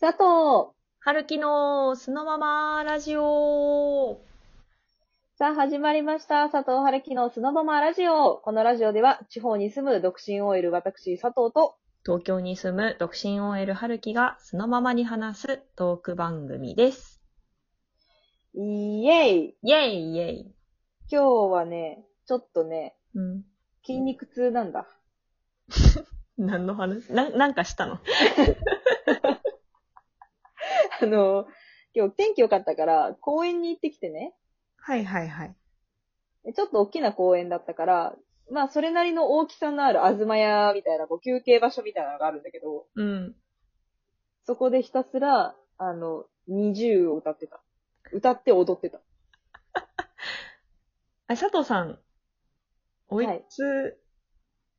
佐藤春樹のそのままラジオ。さあ、始まりました。佐藤春樹のスノボマラジオ。このラジオでは、地方に住む独身 OL 私、佐藤と、東京に住む独身 OL 春樹がそのままに話すトーク番組です。イエイイェイイェイ。今日はね、ちょっとね、うん。筋肉痛なんだ。 何の話な、なんかしたのあの、今日天気良かったから、公園に行ってきてね、はいはいはい。ちょっと大きな公園だったから、まあ、それなりの大きさのある東屋みたいな、こう休憩場所みたいなのがあるんだけど、うん。そこでひたすら、あの、20を歌ってた。歌って踊ってた。あ、佐藤さん、おいはいつ、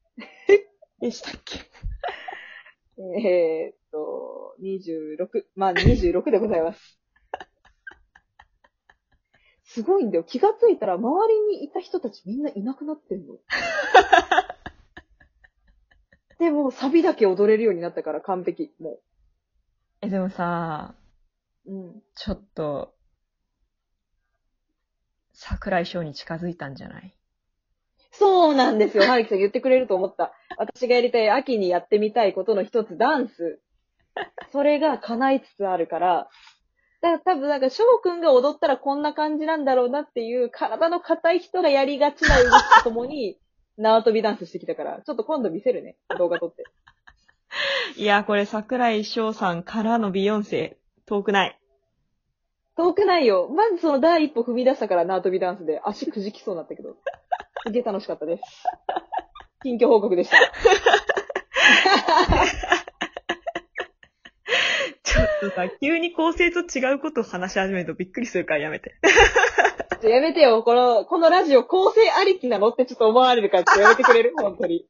でしたっけえーっと、26。まあ、26でございます。すごいんだよ。気がついたら周りにいた人たちみんないなくなってんの。でも、サビだけ踊れるようになったから完璧。もえ、でもさ、う。うん。ちょっと、桜井翔に近づいたんじゃないそうなんですよ。はるきさん言ってくれると思った。私がやりたい秋にやってみたいことの一つ、ダンス。それが叶いつつあるから、だから多分なんか、翔くんが踊ったらこんな感じなんだろうなっていう、体の硬い人がやりがちな動きとともに、 縄跳びダンスしてきたから、ちょっと今度見せるね。動画撮って。いや、これ桜井翔さんからのビヨンセ、遠くない。遠くないよ。まずその第一歩踏み出したから縄跳びダンスで、足くじきそうになったけど。すげえ楽しかったです。近況報告でした。ちょっとさ、急に構成と違うことを話し始めるとびっくりするからやめて。ちょやめてよ、この、このラジオ構成ありきなのってちょっと思われるから、ちょっとやめてくれる本当に。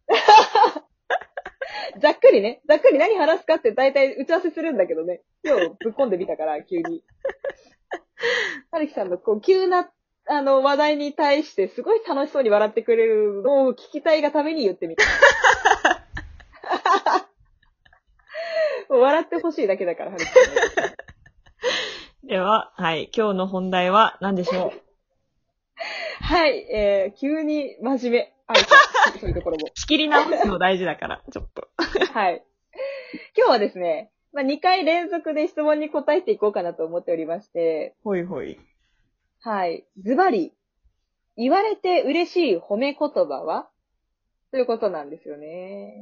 ざっくりね、ざっくり何話すかって大体打ち合わせするんだけどね、今日ぶっ込んでみたから、急に。はるきさんのこう、急な、あの、話題に対してすごい楽しそうに笑ってくれるのを聞きたいがために言ってみた。 もう笑ってほしいだけだから、はるきさんね。では、はい、今日の本題は何でしょうはい、えー、急に真面目。あ、そういうところも。 仕切り直すの大事だから、ちょっと。 はい。今日はですね、まあ、2回連続で質問に答えていこうかなと思っておりまして、ほいほい。はい。ズバリ、言われて嬉しい褒め言葉はということなんですよね。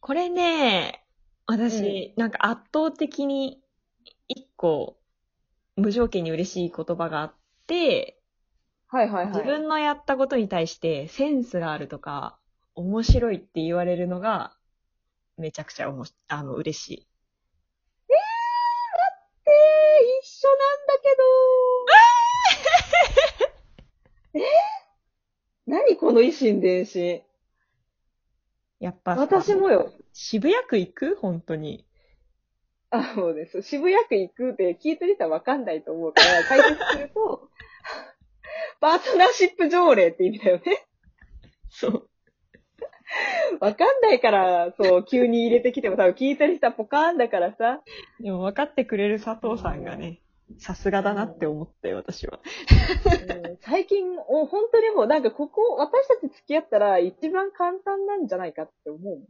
これね、私、なんか圧倒的に一個、無条件に嬉しい言葉があって、はいはいはい。自分のやったことに対してセンスがあるとか、面白いって言われるのが、めちゃくちゃおもし、あの、嬉しい。えー、一緒なんだけど。えー、何この維心伝心。やっぱさ私もよ。渋谷区行く本当に。あ、もうね、そう渋谷区行くって聞いてる人はわかんないと思う から、解説すると、パートナーシップ条例って意味だよね。そう。わかんないから、そう、急に入れてきても多分聞いてる人はポカーンだからさ。でも分かってくれる佐藤さんがね、さすがだなって思ったよ、私は。うん最近、お本当にもうなんかここ、私たち付き合ったら一番簡単なんじゃないかって思う もん。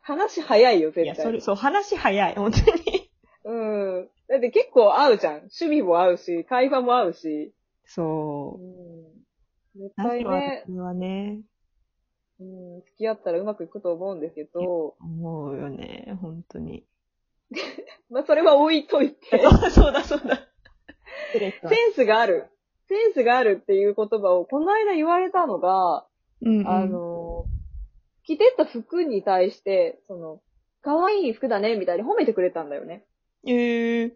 話早いよ、い絶や、対そ。れ、そう、話早い、本当に。うん。だって結構合うじゃん。趣味も合うし、会話も合うし。うん。そ絶う。な対んはね、私はね、うん、付き合ったらうまくいくと思うんですけど、思うよね、本当に。まあ、それは置いといて、セ そうだ、そうだ。失礼しましたンスがある。センスがあるっていう言葉を、この間言われたのが、うんうんあの、着てった服に対して、その、可愛い服だね、みたいに褒めてくれたんだよね。えー、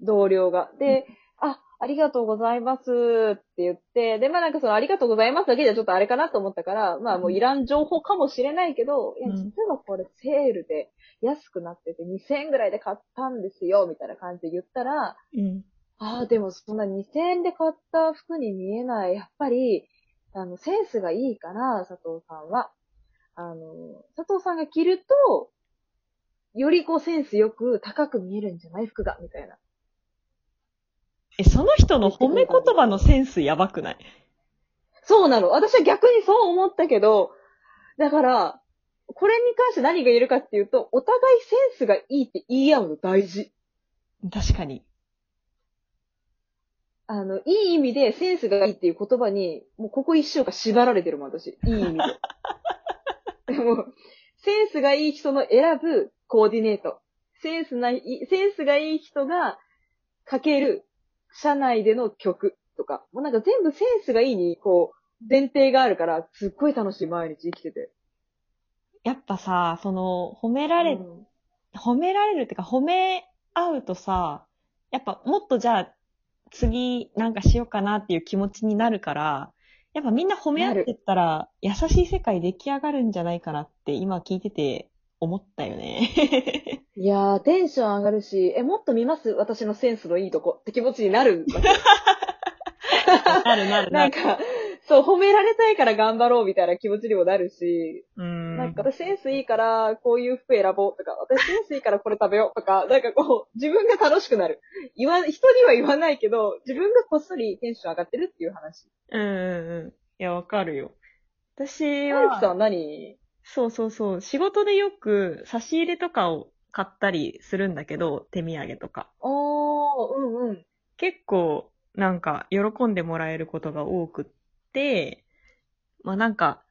同僚が。で、あ、ありがとうございますって言って、で、まあなんかそのありがとうございますだけじゃちょっとあれかなと思ったから、まあもういらん情報かもしれないけど、いや、うん実はこれセールで安くなってて2000円ぐらいで買ったんですよ、みたいな感じで言ったら、うん。ああ、でもそんな2000円で買った服に見えない。やっぱり、あの、センスがいいから、佐藤さんは。あの、佐藤さんが着ると、よりこうセンスよく高く見えるんじゃない服が、みたいな。え、その人の褒め言葉のセンスやばくないそうなの。私は逆にそう思ったけど、だから、これに関して何が言えるかっていうと、お互いセンスがいいって言い合うの大事。確かに。あの、いい意味でセンスがいいっていう言葉に、もうここ一生が縛られてるもん、私。いい意味で。でも、センスがいい人の選ぶコーディネート。センスない、センスがいい人がかける社内での曲とか。もうなんか全部センスがいいに、こう、前提があるから、すっごい楽しい毎日生きてて。やっぱさ、その、褒められ、うん褒められるってか、褒め合うとさ、やっぱもっとじゃあ、次なんかしようかなっていう気持ちになるから、やっぱみんな褒め合ってったら、優しい世界出来上がるんじゃないかなって今聞いてて思ったよね。いやー、テンション上がるし、え、もっと見ます私のセンスのいいとこって気持ち になる。なるなるななんる。か、そう、褒められたいから頑張ろうみたいな気持ちにもなるし、うんなんか私センスいいからこういう服選ぼうとか、私センスいいからこれ食べようとか、なんかこう、自分が楽しくなる。言わ、人には言わないけど、自分がこっそりテンション上がってるっていう話。うんうんうん。いや、わかるよ。私ハルキさんは、は何そうそうそう、仕事でよく差し入れとかを買ったりするんだけど、手土産とか。おー、うんうん。結構、なんか、喜んでもらえることが多くって、まあなんか、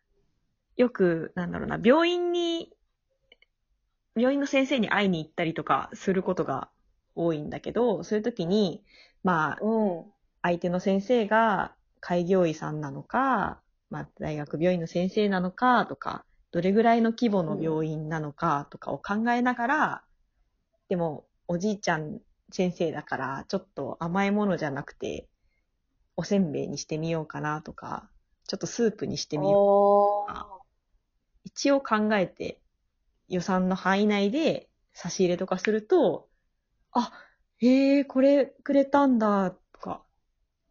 よく、なんだろうな、病院に、病院の先生に会いに行ったりとかすることが多いんだけど、そういう時に、まあ、うん。相手の先生が開業医さんなのか、まあ、大学病院の先生なのかとか、どれぐらいの規模の病院なのかとかを考えながら、でも、おじいちゃん先生だから、ちょっと甘いものじゃなくて、おせんべいにしてみようかなとか、ちょっとスープにしてみようおー。一応考えて予算の範囲内で差し入れとかすると、あ、へえ、これくれたんだ、とか、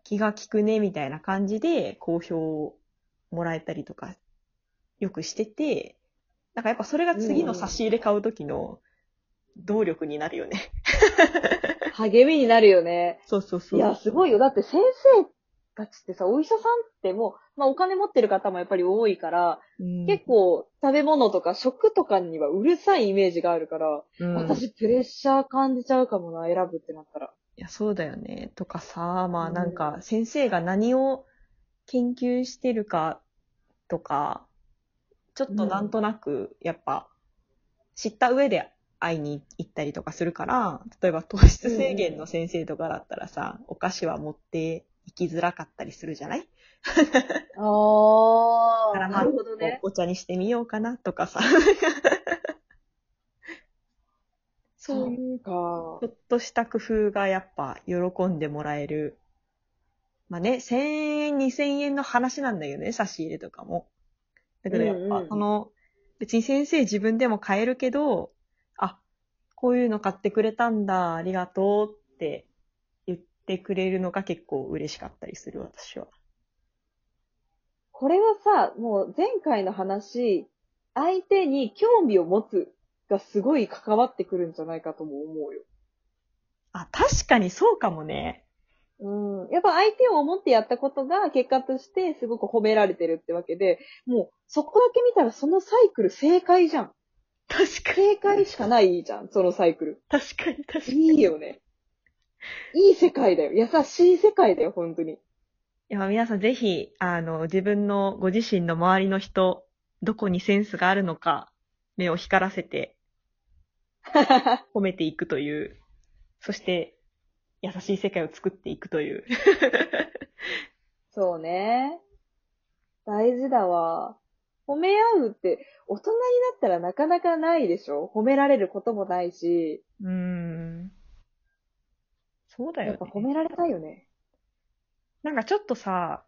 気が利くね、みたいな感じで好評をもらえたりとか、よくしてて、なんかやっぱそれが次の差し入れ買う時の動力になるよね。励みになるよね。そうそうそ。いうや、すごいよ。だって先生たちってさ、お医者さんってもう、まあお金持ってる方もやっぱり多いから、うん、結構食べ物とか食とかにはうるさいイメージがあるから、うん、い私プレッシャー感じちゃうかもな、選ぶってなったら。や、そうだよね。とかさ、まあなんか先生が何を研究してるかとか、ちょっとなんとなく、やっぱ、知った上で会いに行ったりとかするから、例えば糖質制限の先生とかだったらさ、お菓子は持って行きづらかったりするじゃないあだからまなあるほどね。おお茶にしてみようかなと かさ。そういううかちょ。っとした工夫がやっぱ喜んでもらえる。まあね、1000円、2000円の話なんだけどね、差し入れとかも。だけどやっうんうぱん、その、別に先生自分でも買えるけど、あ、こういうの買ってくれたんだ、ありがとうって言ってくれるのが結構嬉しかったりする、私は。これはさ、もう前回の話、相手に興味を持つがすごい関わってくるんじゃないかとも思うよ。あ、確かにそうかもね。うん。やっぱ相手を思ってやったことが結果としてすごく褒められてるってわけで、もうそこだけ見たらそのサイクル正解じゃん。確かに、正解しかないじゃん、そのサイクル。確かに、確かに。いいよね。いい世界だよ。優しい世界だよ、本当に。 いや、皆さんぜひ、あの、自分の、ご自身の周りの人、どこにセンスがあるのか、目を光らせて褒めていくという、そして、優しい世界を作っていくという。そうね。大事だわ。褒め合うって、大人になったらなかなかないでしょ褒められることもないし、うーん。そうだやよ、っねぱ。褒められたいよね。なんかちょっとさ、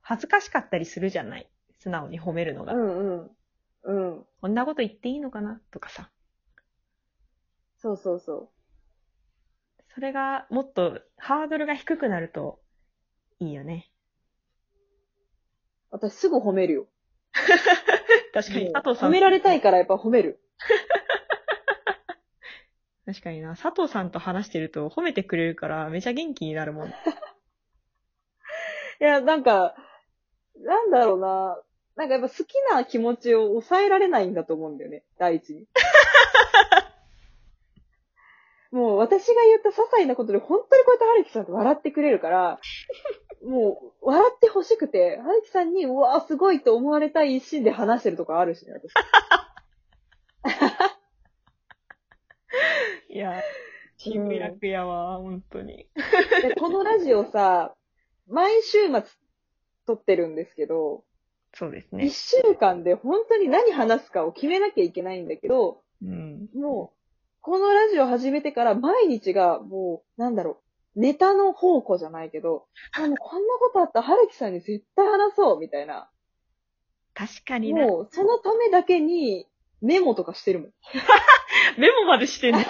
恥ずかしかったりするじゃない素直に褒めるのうが。んうん。うん。こんなこと言っていいのかなとかさ。そうそうそそれが、もっと、ハードルが低くなると、いいよね。う。私すぐ褒めるよ。確かに、もう佐藤さん。褒められたいからやっぱ褒める。確かにな。佐藤さんと話してると褒めてくれるからめちゃ元気になるもん。いや、なんか、なんだろうな。なんかやっぱ好きな気持ちを抑えられないんだと思うんだよね。第一 に。もう私が言った些細なことで本当にこうやって春樹さんって笑ってくれるから、もう笑ってほしくて、春樹さんに、うわーすごいと思われたい一心で話してるとかあるしね、私。 いや、金美楽やわ、本当に。で、このラジオさ、毎週末撮ってるんですけど、そうです一ね。週間で本当に何話すかを決めなきゃいけないんだけど、うん。もう、このラジオ始めてから毎日がもう、なんだろう、ネタの宝庫じゃないけど、あもうこんなことあったら春樹さんに絶対話そう、みたいな。確かにな。もう、そのためだけにメモとかしてるもん。メモまでして んの。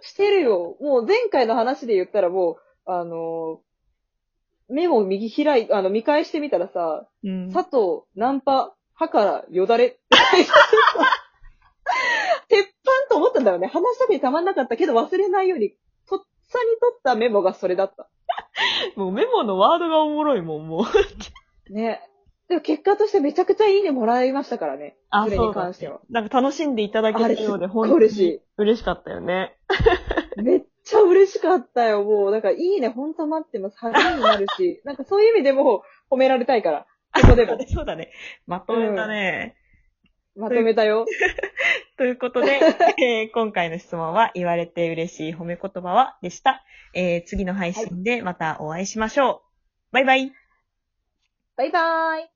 してるよ。もう前回の話で言ったらもう、あのーメモを右開い、あの、見返してみたらさ、うん。佐藤、ナンパ、歯からよだれ って書いてある。鉄板と思ったんだよね。話したくにたまんなかったけど忘れないように、とっさに取ったメモがそれだった。もうメモのワードがおもろいもん、もう。ね。でも結果としてめちゃくちゃいいねもらいましたからね。あそれに関しては。なんか楽しんでいただけあれするようで、っご本い当嬉しにい。嬉しかったよね。めっちゃ嬉しかったよ、もう。だからいいねほんと待ってます。励みになるし。なんかそういう意味でも褒められたいから。ここでも そうだね。まとめたね。まとめたよ。ということ で、えー今回の質問は、言われて嬉しい褒め言葉はでした。えー次の配信でまたお会いしましょう。バイバイ。バイバーイ。